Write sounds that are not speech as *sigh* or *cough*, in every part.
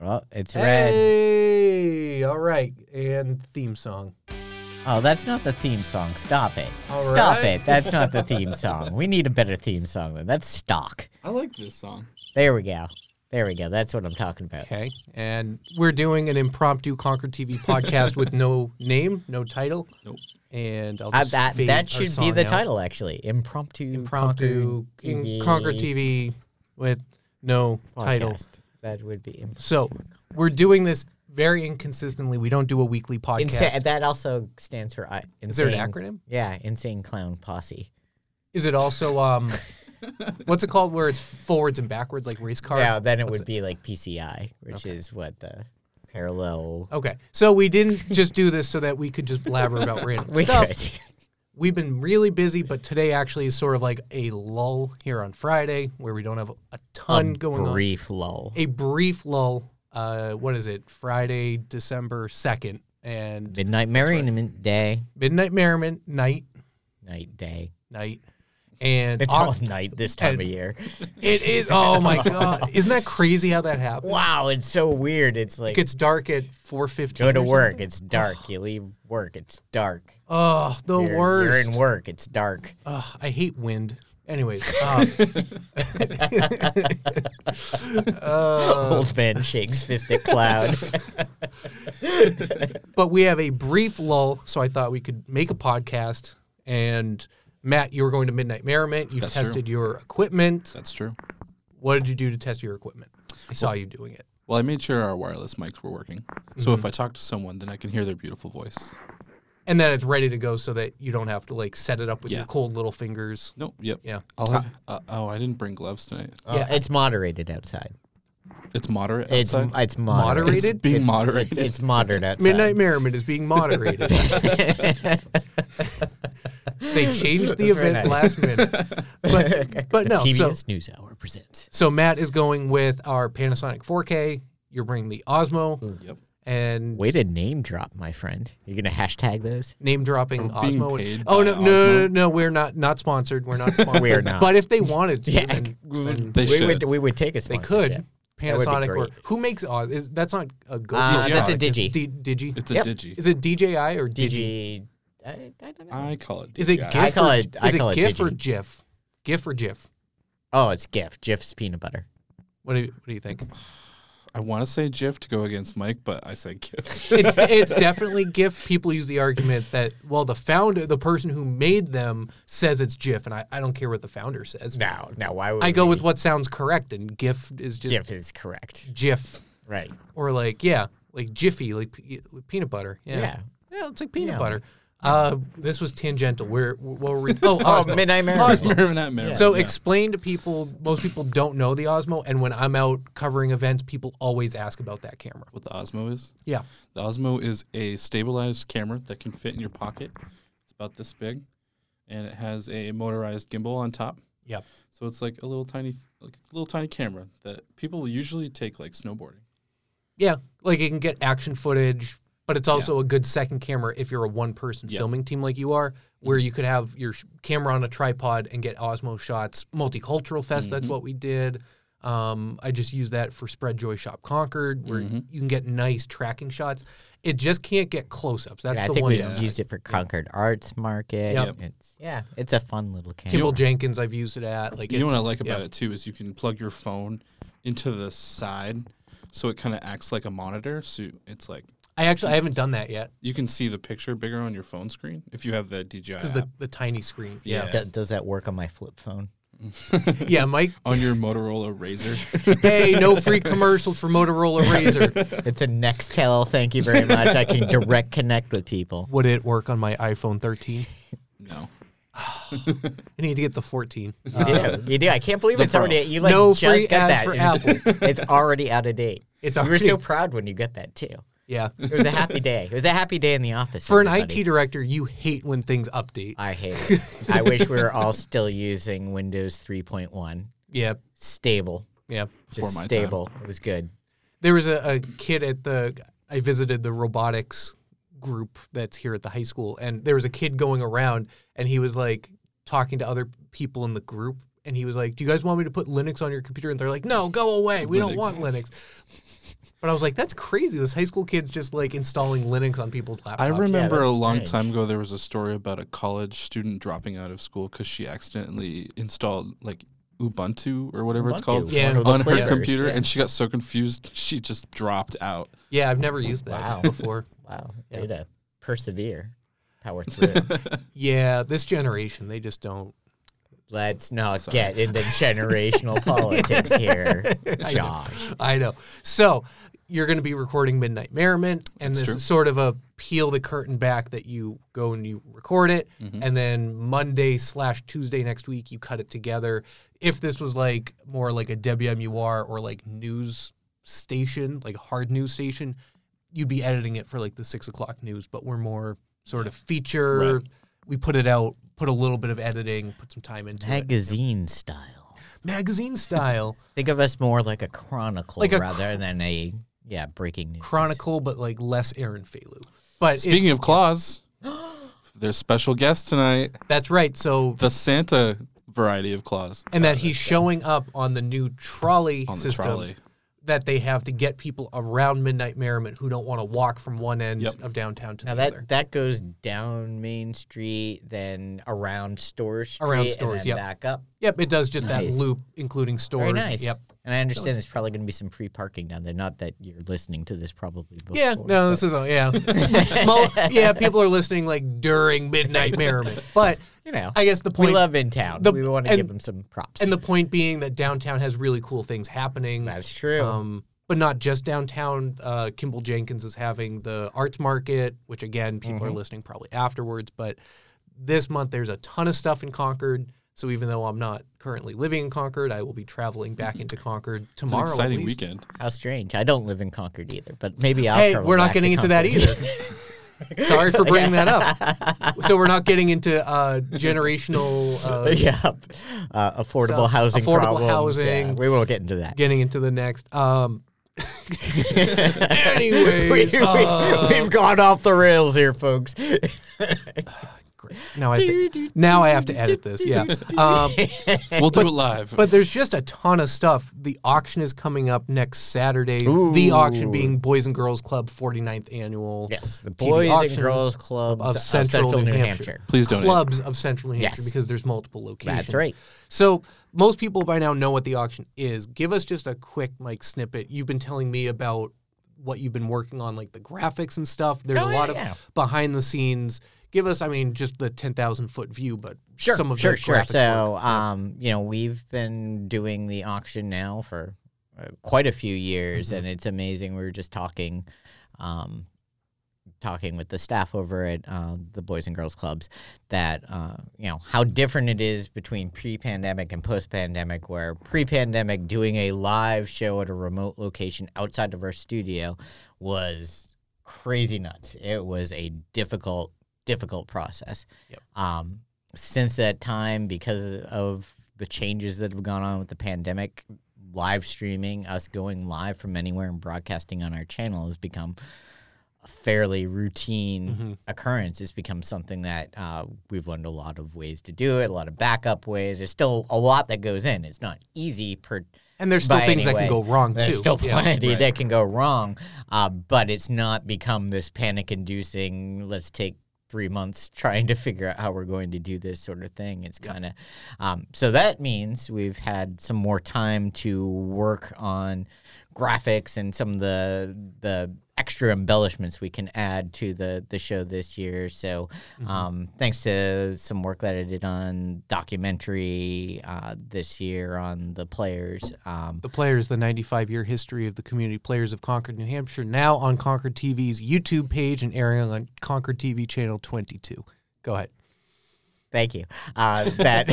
Well, it's red. Hey, all right, and theme song. Oh, that's not the theme song. Stop it. All Stop right. it. That's not the theme song. We need a better theme song than that's stock. I like this song. There we go. There we go. That's what I'm talking about. Okay, and we're doing an impromptu Conquer TV podcast with no name, no title. Nope. And I'll Uh, just that fade that our should be song the out. title actually. Impromptu Impromptu Conquer in- Conquer TV with no title. podcast. That would be imp- So we're doing this very inconsistently. We don't do a weekly podcast. insane. That also stands for uh, insane. Is there an acronym? Yeah, insane clown posse. Is it also um, what's it called? Where it's forwards and backwards, like race car. Yeah, then it would be like PCI, which is what the parallel. Okay, so we didn't just do this so that we could just blabber *laughs* about random We stuff. could. We've been really busy, but today actually is sort of like a lull here on Friday where we don't have a *laughs* ton going on. brief lull. A brief lull. Uh, what is it? Friday, December second, and Midnight merriment day, midnight merriment night night day. *laughs* night, and It's au- all night this time of and- year. *laughs* it is. Oh my god! Isn't that crazy how that happened? Wow, it's so weird. It's like It gets dark at four fifteen. go to work, it's dark. You leave work, it's dark. Oh, the You're- worst. You're in work, it's dark. Ugh, I hate wind. Anyways, um, uh, Old man shakes fist at *laughs* cloud. but we have a brief lull, so I thought we could make a podcast. And Matt, you were going to Midnight Merriment. You That's true. tested your equipment. That's true. What did you do to test your equipment? I saw you doing it. Well, I made sure our wireless mics were working. So if I talk to someone, then I can hear their beautiful voice. And then it's ready to go so that you don't have to like set it up with Yeah. your cold little fingers. Nope. Yep. Yeah. I'll have. Uh, oh, I didn't bring gloves tonight. Uh, it's moderated outside. It's moderate. It's outside. it's moderate. Moderated? It's being It's, moderated. It's, it's moderate outside. Midnight Merriment is being *laughs* moderated. they changed the That's very nice. event last *laughs* minute. But, but no, so, PBS News Hour presents. so Matt is going with our Panasonic 4K. You're bringing the Osmo Mm, yep. and Way to name drop, my friend. You're gonna hashtag those. name dropping We're being Osmo. paid oh by no, no, no, no, Osmo. no, we're not not sponsored. *laughs* We're not sponsored. We're not. But if they wanted to, *laughs* Yeah. mm, then, then They we should. would we would take a they sponsorship. could. would be Panasonic or great. who makes Os? Is, that's not a good. Uh, that's a Digi. Digi. It's a Yep. digi. is it DJI or Digi? Digi. I, I don't know. I call it. Digi. Is it GIF? I call or, it- I is call it it GIF or Digi. GIF? GIF or GIF? oh, it's GIF. GIF's peanut butter. What do you, what do you think? I want to say GIF to go against Mike, but I *laughs* say GIF. it's it's definitely GIF. People use the argument that well, the founder, the person who made them, says it's GIF, and I, I don't care what the founder says. No, no. Why would I go we- with what sounds correct, and GIF is just GIF is correct. GIF, Right. or like yeah, like Jiffy, like p- with peanut butter. Yeah, yeah, Yeah. it's like peanut Yeah. butter. Uh, this was tangential. Where what *laughs* were we? Oh, Oh, Osmo. Midnight Osmo. Marathon. *laughs* Remember that memory. So Yeah. explain to people. Most people don't know the Osmo, and when I'm out covering events, people always ask about that camera. what the Osmo is? Yeah, The Osmo is a stabilized camera that can fit in your pocket. It's about this big, and it has a motorized gimbal on top. Yep. So it's like a little tiny, like a little tiny camera that people usually take like snowboarding. Yeah, like it can get action footage, but it's also a good second camera if you're a one-person Yeah. Mm-hmm. filming team like you are, where you could have your sh- camera on a tripod and get Osmo shots. Multicultural Fest, that's Mm-hmm. what we did. Um, I just used that for Spread Joy Shop Concord, where Mm-hmm. you can get nice tracking shots. It just can't get close-ups. That's Yeah, I the think one. we used it for Concord Arts Market. Yep. It's, yeah, it's a fun little camera. Kimball Jenkins, I've used it at. Like You know what it's- I like yeah. about it too is you can plug your phone into the side, so it kind of acts like a monitor. So it's like I actually I haven't done that yet you can see the picture bigger on your phone screen if you have the DJI app. because the, the tiny screen. yeah. Th- does that work on my flip phone? yeah, Mike. on your Motorola *laughs* Razor. Hey, no free commercials for Motorola *laughs* Razor. It's a Nextel. Thank you very much. I can direct connect with *laughs* people. Would it work on my iPhone 13? no. I need to get the Uh, 14. You do. You do. I can't believe it's Pro. already. You like No just free got that. ads for It's- *laughs* It's already out of date. It's you were already- so proud when you got that too. Yeah. It was a happy day. It was a happy day in the office. For an everybody. IT director, you hate when things update. I hate it. I wish we were all still using Windows 3.1. Yeah. Stable. Yeah. Just my time. stable. It was good. There was a, a kid at the, I visited the robotics group that's here at the high school, and there was a kid going around and he was like talking to other people in the group. And he was like, Do you guys want me to put Linux on your computer? And they're like, No, go away. We don't Linux. want Linux. But I was like, that's crazy. This high school kid's just like installing Linux on people's laptops. I remember a that's long strange. time ago there was a story about a college student dropping out of school because she accidentally installed like Ubuntu or whatever it's Ubuntu, called Yeah. one of the on her flavors. computer, Yeah. and she got so confused she just dropped out. Yeah, I've never used that Wow. before. Wow, Yeah. way to persevere, *laughs* power through. Yeah, this generation, they just don't. *laughs* Let's not Sorry. get into *laughs* generational politics here, I know. Josh. I know. So you're going to be recording Midnight Merriment, and That's this true. is sort of a peel the curtain back that you go and you record it, Mm-hmm. and then Monday slash Tuesday next week you cut it together. If this was like more like a WMUR or like news station, like hard news station, you'd be editing it for like the six o'clock news. But we're more sort of feature. Right. We put it out, put a little bit of editing, put some time into it, Magazine style. magazine style. Think of us more like a chronicle Like a rather than a yeah breaking news. Chronicle, but like less Aaron Falu. But Speaking it's- of claws, their special guest tonight, that's right. So the Santa variety of claws and that he's showing up on the new trolley on the system trolley. that they have to get people around Midnight Merriment who don't want to walk from one end Yep. of downtown to Now the that other. that goes down Main Street, then around Stores Street, Around and Stores, then yep. back up. Yep, it does just Nice. that loop, including stores. Very nice. Yep. And I understand there's probably going to be some free parking down there. Not that you're listening to this probably. Before, Yeah, no, this is a, yeah, *laughs* Mo- yeah. People are listening like during Midnight Merriment, but you know, I guess the we point love in town. the- we want to and- give them some props. and the point being that downtown has really cool things happening. That's true. Um, but not just downtown. Uh, Kimball Jenkins is having the arts market, which again, people Mm-hmm. are listening probably afterwards. But this month, there's a ton of stuff in Concord. So even though I'm not currently living in Concord, I will be traveling back into Concord It's an tomorrow. at exciting least. weekend. How strange. I don't live in Concord either, but maybe I'll. Hey, travel we're not back getting to into that Concord. either. Sorry for bringing that *laughs* up. So we're not getting into uh, generational, uh, yeah, uh, affordable Stuff. housing. Affordable problems. housing. Yeah, we will get into that. getting into the next. Um, *laughs* anyways, we, uh, have gone off the rails here, folks. *laughs* now I have to, *laughs* now I have to edit this. Yeah. *laughs* Um, We'll do it live. But there's just a ton of stuff. The auction is coming up next Saturday. The Ooh. auction being Boys and Girls Club 49th annual. yes, the TV Boys and auction Girls Club of Central, New, Hampshire. Please donate. Clubs of Central New Hampshire Yes. because there's multiple locations. That's right. So most people by now know what the auction is. Give us just a quick like snippet. You've been telling me about what you've been working on, like the graphics and stuff. There's Oh, a yeah, lot yeah. of behind the scenes. Give us, I mean, just the ten thousand foot view, but Sure, some of sure, the sure. graphics So, work. um, you know, we've been doing the auction now for uh, quite a few years, and it's amazing. We were just talking, um, talking with the staff over at uh, the Boys and Girls Clubs that uh, you know how different it is between pre-pandemic and post-pandemic. Where pre-pandemic, doing a live show at a remote location outside of our studio was crazy nuts. It was a difficult, difficult process. Yep. Um, since that time, because of the changes that have gone on with the pandemic, live streaming, us going live from anywhere and broadcasting on our channel has become a fairly routine occurrence. It's become something that uh, we've learned a lot of ways to do it, a lot of backup ways. There's still a lot that goes in. It's not easy per and there's still by things that anyway, can go wrong too. there's still Yeah. plenty that can go wrong, uh, but it's not become this panic-inducing. Let's take three months trying to figure out how we're going to do this sort of thing. It's kind of um, so that means we've had some more time to work on graphics and some of the the extra embellishments we can add to the the show this year. So Mm-hmm. um, thanks to some work that I did on documentary uh, this year on the players. Um, The Players, the 95 year history of the community players of Concord, New Hampshire, now on Concord TV's YouTube page and airing on Concord TV channel 22. Go ahead. thank you. Uh, that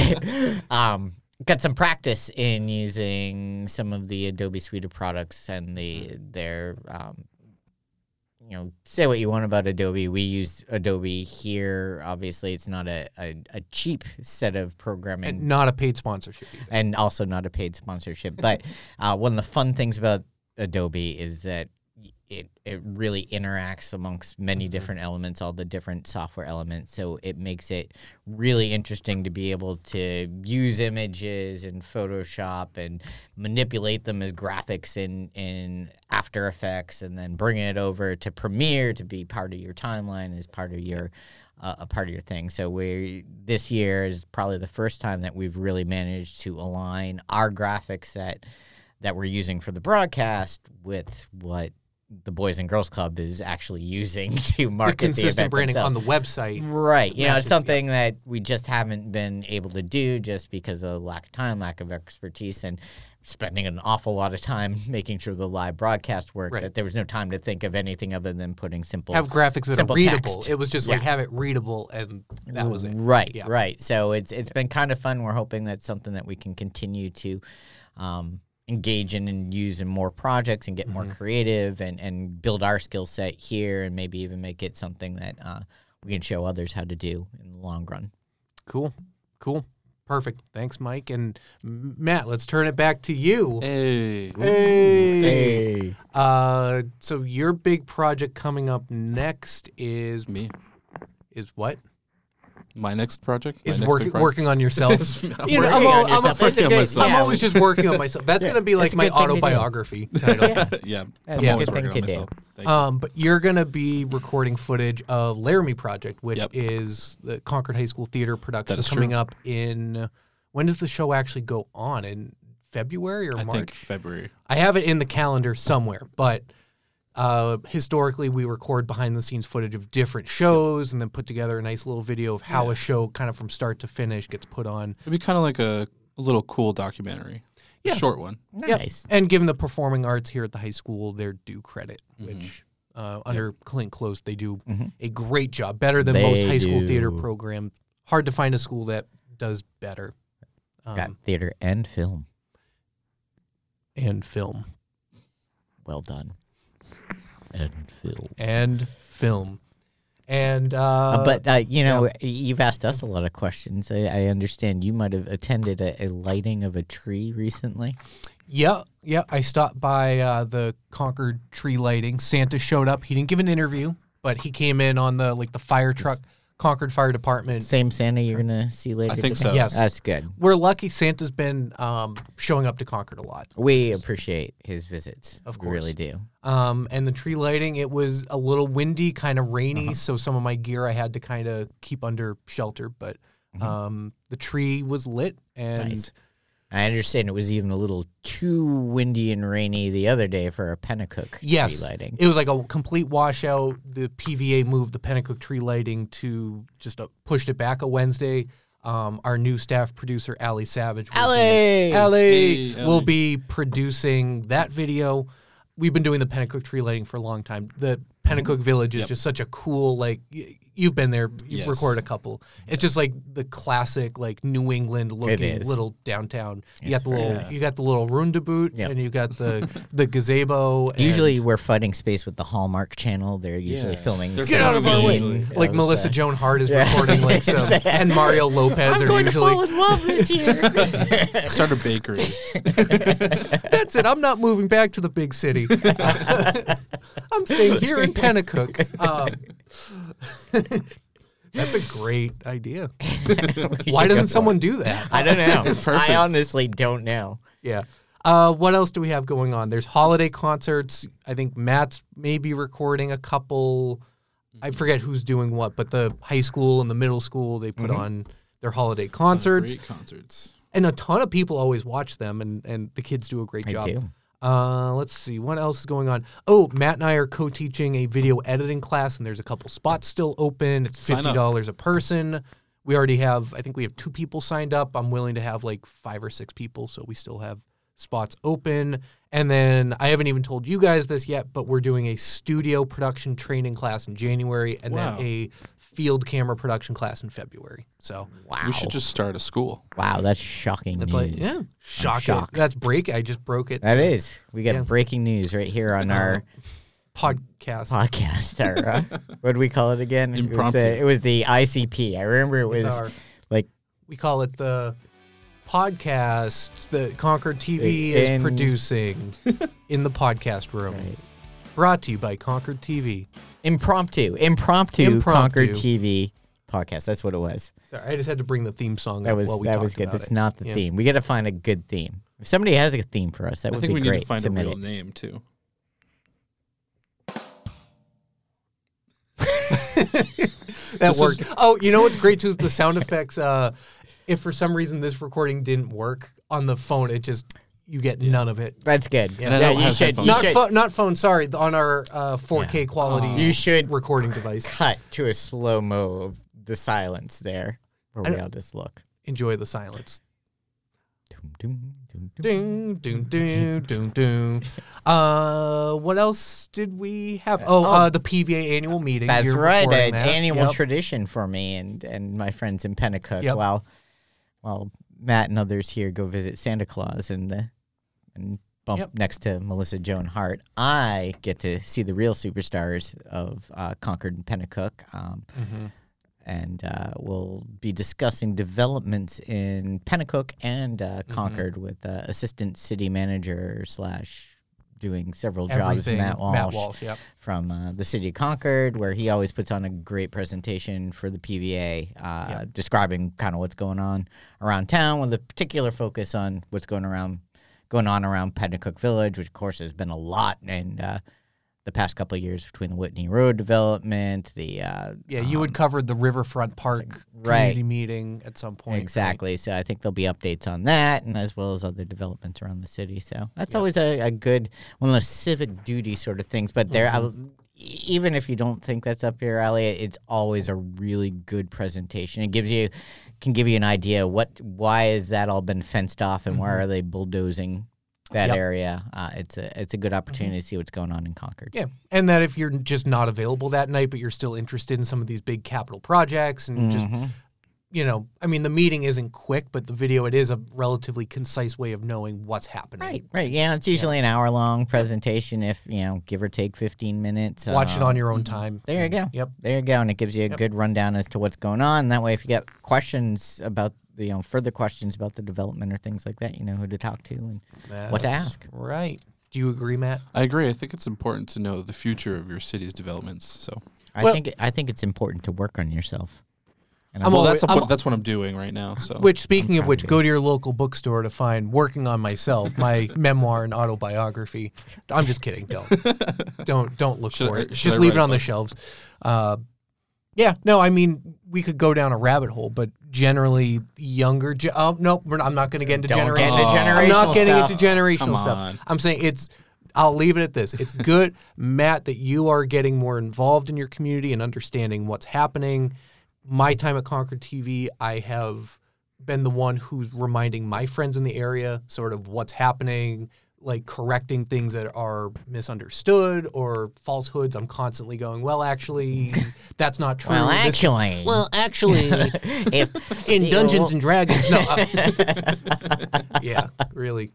*laughs* um, got some practice in using some of the Adobe suite of products and the their. Um, you know, say what you want about Adobe. We use Adobe here. Obviously, it's not a, a, a cheap set of programming And not a paid sponsorship. either. and also not a paid sponsorship. But uh, one of the fun things about Adobe is that y- it it really interacts amongst many different elements, all the different software elements. So it makes it really interesting to be able to use images in Photoshop and manipulate them as graphics in in After Effects, and then bring it over to Premiere to be part of your timeline as part of your uh, a part of your thing. So we this year is probably the first time that we've really managed to align our graphic set that we're using for the broadcast with what the Boys and Girls Club is actually using *laughs* to The market the, consistent event branding themselves. on the website. Right. You know, matches, it's something that we just haven't been able to do just because of lack of time, lack of expertise, and spending an awful lot of time *laughs* making sure the live broadcast worked. Right. That there was no time to think of anything other than putting simple Have graphics that are Simple readable. text. It was just like have it readable, and that was it. Right, Yeah. right. So it's it's been kind of fun. We're hoping that's something that we can continue to um, engage in and use in more projects and get Mm-hmm. more creative and and build our skill set here and maybe even make it something that uh, we can show others how to do in the long run. Cool, cool, perfect. Thanks, Mike and M- Matt. Let's turn it back to you. Hey. Hey. Uh, so your big project coming up next is Me. is what My next project. my is next working big project. working on *laughs* yourself. you know, working I'm, on al- I'm, yourself. al- That's a working on good- myself. I'm yeah. always just working on myself. That's gonna be That's like a my good thing to do. autobiography title. *laughs* yeah. That's I'm a always good working thing to do. Uh, on myself. Thank you. Um, but you're going to be recording footage of Laramie Project, which Yep. is the Concord High School Theater production That is coming true. up in. When does the show actually go on? In February or I March? think February. I have it in the calendar somewhere, but uh, historically we record behind the scenes footage of different shows and then put together a nice little video of how a show kind of from start to finish gets put on. It'd be kind of like a, a little cool documentary. Yeah. A *laughs* short one. Yep. Nice. And given the performing arts here at the high school their due credit, which uh, under Clint Close, they do a great job, better than most They high school theater do. programs. Hard to find a school that does better. Um, Got theater and film. And film. Well done. And film. And film. And, uh, Uh, but uh, you know, you've asked us a lot of questions. I, I understand you might have attended a, a lighting of a tree recently. Yeah, yeah. I stopped by uh, the Concord tree lighting. Santa showed up. He didn't give an interview, but he came in on the like the fire truck, Concord Fire Department. Same Santa you're gonna see later. I think today? so. Yes. That's good. We're lucky Santa's been um, showing up to Concord a lot. We appreciate his visits. Of we really course. do. Um, and the tree lighting, it was a little windy, kind of rainy, so some of my gear I had to kind of keep under shelter. But um, the tree was lit, and Nice. I understand it was even a little too windy and rainy the other day for a Pennacook Yes. tree lighting. It was like a complete washout. The PVA moved the Pennacook tree lighting to just a, pushed it back a Wednesday. Um, our new staff producer, Allie Savage, will Allie! be, Allie Hey, will Allie. be producing that video. We've been doing the Pennacook tree lighting for a long time. The Mm-hmm. Pennacook Village is Yep. just such a cool, like, y- you've been there, you've Yes. recorded a couple. It's just like the classic, like, New England looking is. little downtown. You It's got the very little, nice. you got the little room to boot, Yep. and you *laughs* got the the gazebo. and- Usually we're fighting space with the Hallmark Channel. They're usually Yeah. filming. They're some Get out of our way. scene. Usually, like Yeah, Melissa so- Joan Hart is *laughs* recording like some, and Mario Lopez are usually. in love *laughs* this year. Start a *laughs* bakery. That's it. I'm not moving back to the big city. I'm staying here in Pennacook. Um, *laughs* that's a great idea. Why doesn't someone do that? I don't know. perfect. I honestly don't know. Yeah. Uh, what else do we have going on? There's holiday concerts. I think Matt's maybe recording a couple. I forget who's doing what, but the high school and the middle school they put on their holiday concerts. Great concerts. and a ton of people always watch them and and the kids do a great They job do. uh let's see what else is going on oh matt and i are co-teaching a video editing class and there's a couple spots still open it's Sign up. $50 a person we already have i think we have two people signed up i'm willing to have like five or six people so we still have spots open and then i haven't even told you guys this yet but we're doing a studio production training class in january and Wow. then a field camera production class in february so Wow. We should just start a school. wow, that's shocking it's news. like, yeah, shock. shocked. That's break. I just broke it. That is. We got Yeah. breaking news right here on our Podcast. *laughs* podcast. Our, *laughs* uh, what do we call it again? It was, uh, Impromptu. It was, the ICP. I remember it was It's our- like we call it the podcast that Concord TV is In- *laughs* producing in the podcast room. Brought to you by Concord TV. Impromptu, impromptu, Conquer Impromptu. TV podcast. That's what it was. Sorry, I just had to bring the theme song That up was while we that talked was good. about That's it. not the Yeah. theme. We got to find a good theme. If somebody has a theme for us, that I would think be we great. need to find Submit a real it. name too. That This worked. is- Oh, you know what's great too? is The sound effects. Uh, if for some reason this recording didn't work on the phone, it just you get none of it. That's good. I Yeah, don't you have should. headphones. You Not should pho- not phone. Sorry, on our uh, 4K quality. You should- recording device. cut to a slow mo of the silence there, where we all just look. Enjoy the silence. Doom, doom, doom, doom. Ding, ding, *laughs* ding, ding, ding. Uh, what else did we have? Oh, uh, the PVA annual meeting. That's You're right, recording an that. annual Yep. tradition for me and and my friends in Pennacook. Yep. While while Matt and others here go visit Santa Claus and the and bump Yep. next to Melissa Joan Hart, I get to see the real superstars of uh, Concord and Pennacook. Um, Mm-hmm. And uh, we'll be discussing developments in Pennacook and uh, Mm-hmm. Concord with uh, assistant city manager slash doing several jobs. Everything. Matt Walsh Matt Walsh. Yep. from uh, the city of Concord, where he always puts on a great presentation for the PVA, uh, describing kind of what's going on around town, with a particular focus on what's going around, going on around Petticoat Village, which of course has been a lot and. Uh, the past couple of years between the Whitney Road development, the uh, Yeah, you had covered the Riverfront Park right. community meeting at some point. right? Exactly. So I think there'll be updates on that, and as well as other developments around the city. So that's always a, a good one of those civic duty sort of things. But there, I, Mm-hmm. even if you don't think that's up your alley, it's always a really good presentation. It gives you can give you an idea what why has that all been fenced off, and why are they bulldozing that Mm-hmm. Yep. Mm-hmm. area? Uh, it's a it's a good opportunity to see what's going on in Concord. Yeah, and that if you're just not available that night, but you're still interested in some of these big capital projects and just Mm-hmm. you know, I mean, the meeting isn't quick, but the video it is a relatively concise way of knowing what's happening. Right, right. Yeah, it's usually an hour long presentation, if you know, give or take fifteen minutes. Watch it Um, on your own time. There you go. Yep. There you go, and it gives you a good rundown as to what's going on. That way, if you get questions about you know further questions about the development or things like that, you know who to talk to and what to ask. Right. Do you agree, Matt? I agree. I think it's important to know the future of your city's developments. So, I Well- think I think it's important to work on yourself. And I'm I'm- well, alwa- that's a, I'm- what, that's what I'm doing right now. Oh, So, Which, speaking of which, go to your local bookstore to find "Working on *laughs* Myself," my memoir and autobiography. I'm just kidding. Don't, don't, don't look Should for I- it. should Just I leave it write on a the book? shelves. Uh, yeah, no, I mean we could go down a rabbit hole, but generally younger. Ge- oh no, we're not, I'm not going to get into Don't get generation. into I'm generational not getting stuff. into generational Come stuff. on. I'm saying it's. I'll leave it at this. It's good, Matt, that you are getting more involved in your community and understanding what's happening. My time at Concord TV, I have been the one who's reminding my friends in the area sort of what's happening, like correcting things that are misunderstood or falsehoods. I'm constantly going, well, actually, that's not true. well, This is- actually, well, *laughs* actually, if in Dungeons and Dragons. No, uh, *laughs* yeah, really,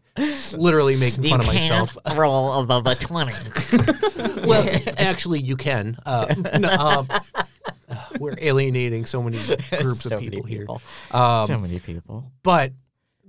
literally making you fun of can't myself. *laughs* roll above a twenty. *laughs* Well, *laughs* actually, you can. Uh, no, um, uh, we're alienating so many *laughs* groups So of many people here. Um, people. so many people. But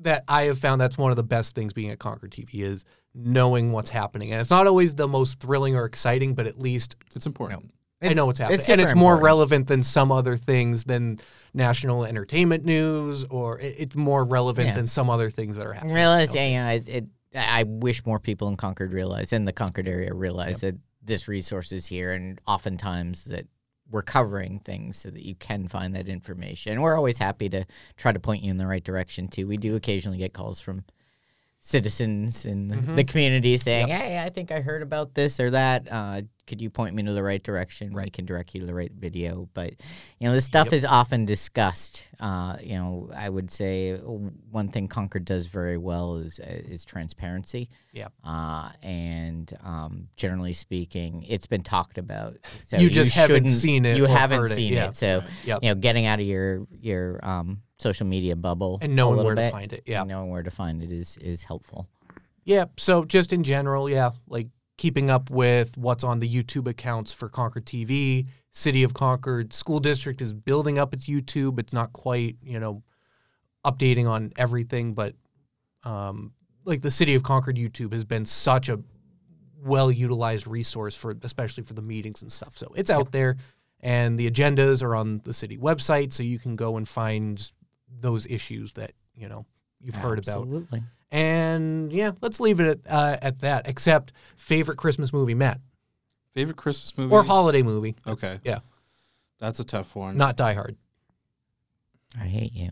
that I have found that's one of the best things being at Concord TV is knowing what's happening, and it's not always the most thrilling or exciting, but at least it's important. I know what's happening, it's and it's super more important. relevant than some other things than national entertainment news, or it, it's more relevant Yeah. than some other things that are happening. Realize, yeah, yeah, it, it, I I wish more people in Concord realize, and the Concord area realize that this resource is here, and oftentimes that we're covering things so that you can find that information. We're always happy to try to point you in the right direction too. We do occasionally get calls from citizens in the, the community saying, "Hey, I think I heard about this or that. Uh, could you point me to the right direction? I can direct you to the right video." But you know, this stuff is often discussed. Uh, you know, I would say one thing Concord does very well is uh, is transparency. Yeah. Uh, and um, generally speaking, it's been talked about. So You just haven't shouldn't- seen it You or haven't heard it, seen yeah. it. So Yep. you know, getting out of your your um, social media bubble And a knowing little where to bit, find it, yeah. and knowing where to find it is is helpful. Yeah. So just in general, yeah, like keeping up with what's on the YouTube accounts for Concord TV, City of Concord, school district is building up its YouTube. It's not quite, you know, updating on everything, but um, like the City of Concord YouTube has been such a well utilized resource for especially for the meetings and stuff. So it's out there, and the agendas are on the city website, so you can go and find those issues that you know you've heard about. Absolutely. And yeah, let's leave it at, uh, at that. Except favorite Christmas movie, Matt, Favorite Christmas movie? or holiday movie, okay. Yeah. That's a tough one. not Die Hard. I hate you.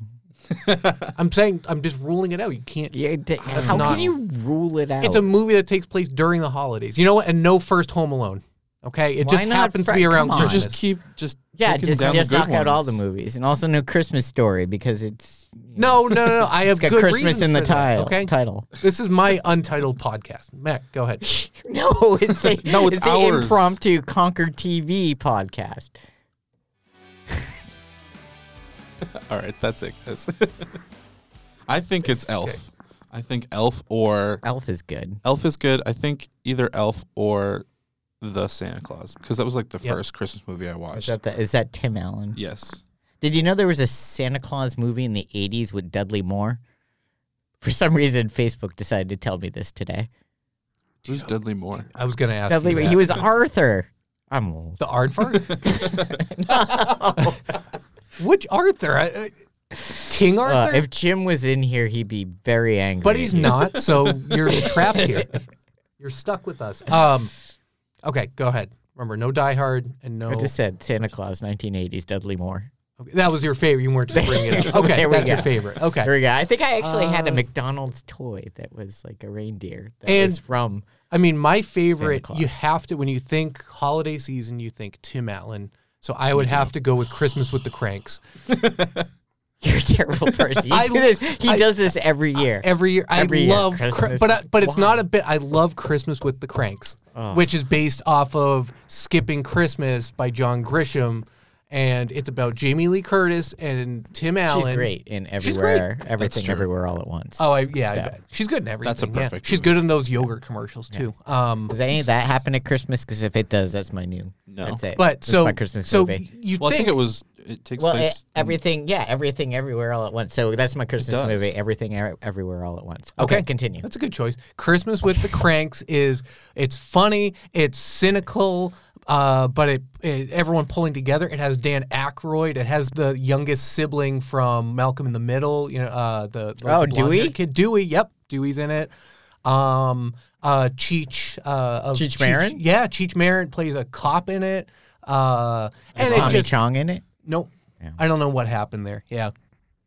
I'm saying I'm just ruling it out. You can't. Yeah, That's how not- can you rule it out? It's a movie that takes place during the holidays. You know what? And no first Home Alone. Okay, it Why just not happens to Fri- be around come on. You Christmas. just keep just yeah, picking just down just the good knock out all the ones. movies, and also no Christmas story because it's you know, *laughs* no, no, no, no. I have it's got good Christmas reasons in the for that, title. okay, Title. *laughs* this is my untitled podcast. Matt, go ahead. No, it's *laughs* a, No, it's the ours. impromptu Conquer TV podcast. All right, that's it, guys. *laughs* I think it's Elf. I think Elf or Elf is good. Elf is good. I think either Elf or the Santa Claus because that was like the Yep. first Christmas movie I Is watched. that the, is that Tim Allen? yes, Did you know there was a Santa Claus movie in the '80s with Dudley Moore? For some reason, Facebook decided to tell me this today. who's Dudley Moore? I was going to ask. Dudley, you Moore- that. he was Arthur. I'm old. *laughs* the Aardvark. *laughs* Which Arthur? I, I, King Uh, Arthur. if Jim was in here, he'd be very angry. but at he's you. not, so *laughs* you're trapped here. You're stuck with us. Um. Okay, go ahead. Remember, no Die Hard and no. I just said Santa Claus, 1980s, Dudley Moore. Okay, that was your favorite. You weren't just bringing it up. *laughs* Okay, There we that's your go. favorite. Okay. There we go. I think I actually had a Uh, McDonald's toy that was like a reindeer that And- was from. *laughs* I mean, my favorite, Claus. you have to, when you think holiday season, you think Tim Allen. So I would have to go with Christmas with the Cranks. You're a terrible person. You I- do this. He I- does this every year. Every year, I Every year, love, cr- Christmas but I, with- but it's Why? not a bit. I love Christmas with the Cranks, Oh. which is based off of Skipping Christmas by John Grisham, and it's about Jamie Lee Curtis and Tim Allen. She's great in She's great. everywhere, everything, true. everywhere, all at once. Oh, I, yeah, I So. bet. she's good in everything. That's a yeah. perfect She's movie. good in those yogurt commercials too. Um, Does any of that happen at Christmas? Because if it does, that's my new. No. That's it. but that's so my Christmas so movie. you Well, I think, think it was. It takes Well, place. it, everything, yeah, everything, everywhere, all at once. So that's my Christmas does. movie, everything, e- everywhere, all at once. Okay, Okay. continue. *laughs* That's a good choice. Christmas with the Cranks is it's funny, it's cynical, uh, but it, it everyone pulling together. It has Dan Aykroyd. It has the youngest sibling from Malcolm in the Middle. You know, uh, the, the Oh, the blonde-haired Dewey? kid Dewey. Yep, Dewey's in it. Um, uh, Cheech uh, of Cheech Marin? Yeah, Cheech Marin plays a cop in it. Uh, Is and it Tommy just Chong in it? Nope. I don't know what happened there. Yeah.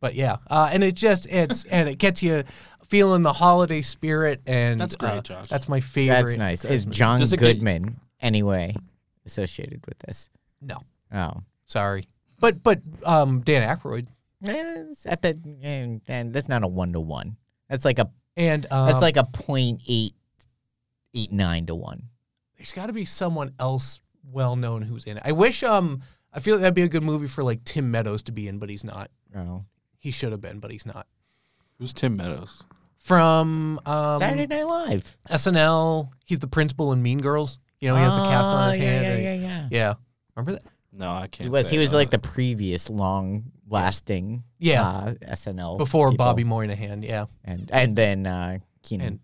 But yeah. Uh, and it just it's *laughs* and it gets you feeling the holiday spirit and That's great, uh, Josh. That's my favorite. That's nice. Is John Does it get- Goodman anyway associated with this? No. Oh. Sorry. But but um Dan Aykroyd Eh, it's at the- and, and that's not a one to one. That's like a and um, that's like a point eight eight nine to one. there's got to be someone else well known who's in it. I wish um I feel like that'd be a good movie for like Tim Meadows to be in, but he's not. Oh. He should have been, but he's not. who's Tim Meadows? From um, Saturday Night Live. SNL, he's the principal in Mean Girls. You know, he has the cast on his Oh, yeah, hand. Yeah, and- yeah, yeah. yeah. Remember that? No, I can't. He was say he I was know like that. the previous long lasting Yeah. uh, SNL before people. Bobby Moynihan, yeah, and and then uh, Keenan. And-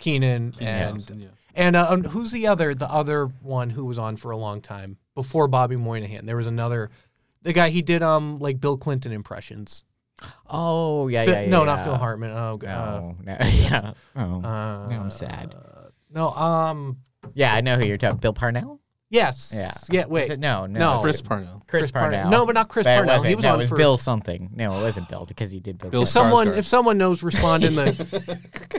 Keenan Kenan and Thompson, yeah. and uh, um, who's the other the other one who was on for a long time before Bobby Moynihan? There was another the guy he did um like Bill Clinton impressions. oh yeah, Phil- yeah, yeah no, yeah. not Phil Hartman. Oh, g- No, no, *laughs* yeah. Oh. uh, uh, Now I'm sad. No, um, yeah, I know who you're talking. Bill Parnell. yes, Yeah. yeah. Is Wait, it- no, no, No. it's Chris Parnell. Chris, Parnell. No, but not Chris But it Parnell. wasn't. He was no, on it was for Bill something. No, it wasn't Bill because he did Bill. Bill If Clinton. someone, Skarsgård. if someone knows, respond in the.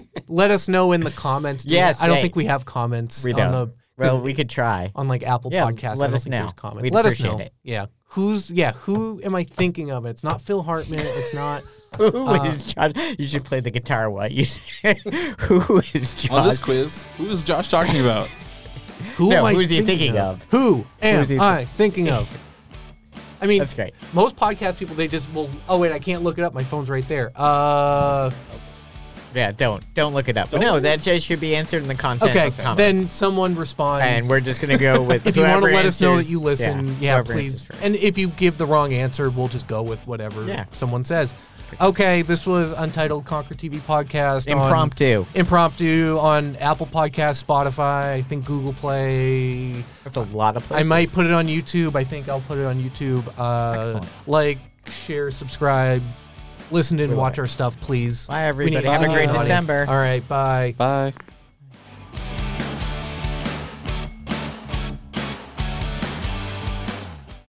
*laughs* *laughs* let us know in the comments. Do we- Yes, I don't hey. think we have comments We on don't. the. well, we could *laughs* try. on like Apple Yeah, Podcasts. let I don't us think there's know. comments. We'd let us appreciate know. it. Yeah. Who's yeah, who am I thinking of? It's not Phil Hartman. It's *laughs* not Who is John? You should play the guitar while you say. *laughs* Who is John? On this quiz, who is Josh talking about? who No, am I who's he thinking of? Who am Who's he thi- I thinking of? I mean That's great. Most podcast people they just will oh wait, I can't look it up. My phone's right there. Uh Yeah, don't don't look it up. But no, that just should be answered in the content. okay. comments. Then someone responds and we're just gonna go with *laughs* if you whoever want to let us know that answers- you listen, yeah, whoever please. answers first. And if you give the wrong answer, we'll just go with whatever Yeah. someone says. Conquer. Okay, this was Untitled Conquer TV podcast. on- Impromptu. impromptu on Apple Podcast, Spotify, I think Google Play. That's a lot of I places. might put it on YouTube. I think I'll put it on YouTube. Uh, Excellent. Like, share, subscribe, listen and watch like. our stuff, please. Bye, We need everybody. Have a great audience. December. All right, bye. Bye.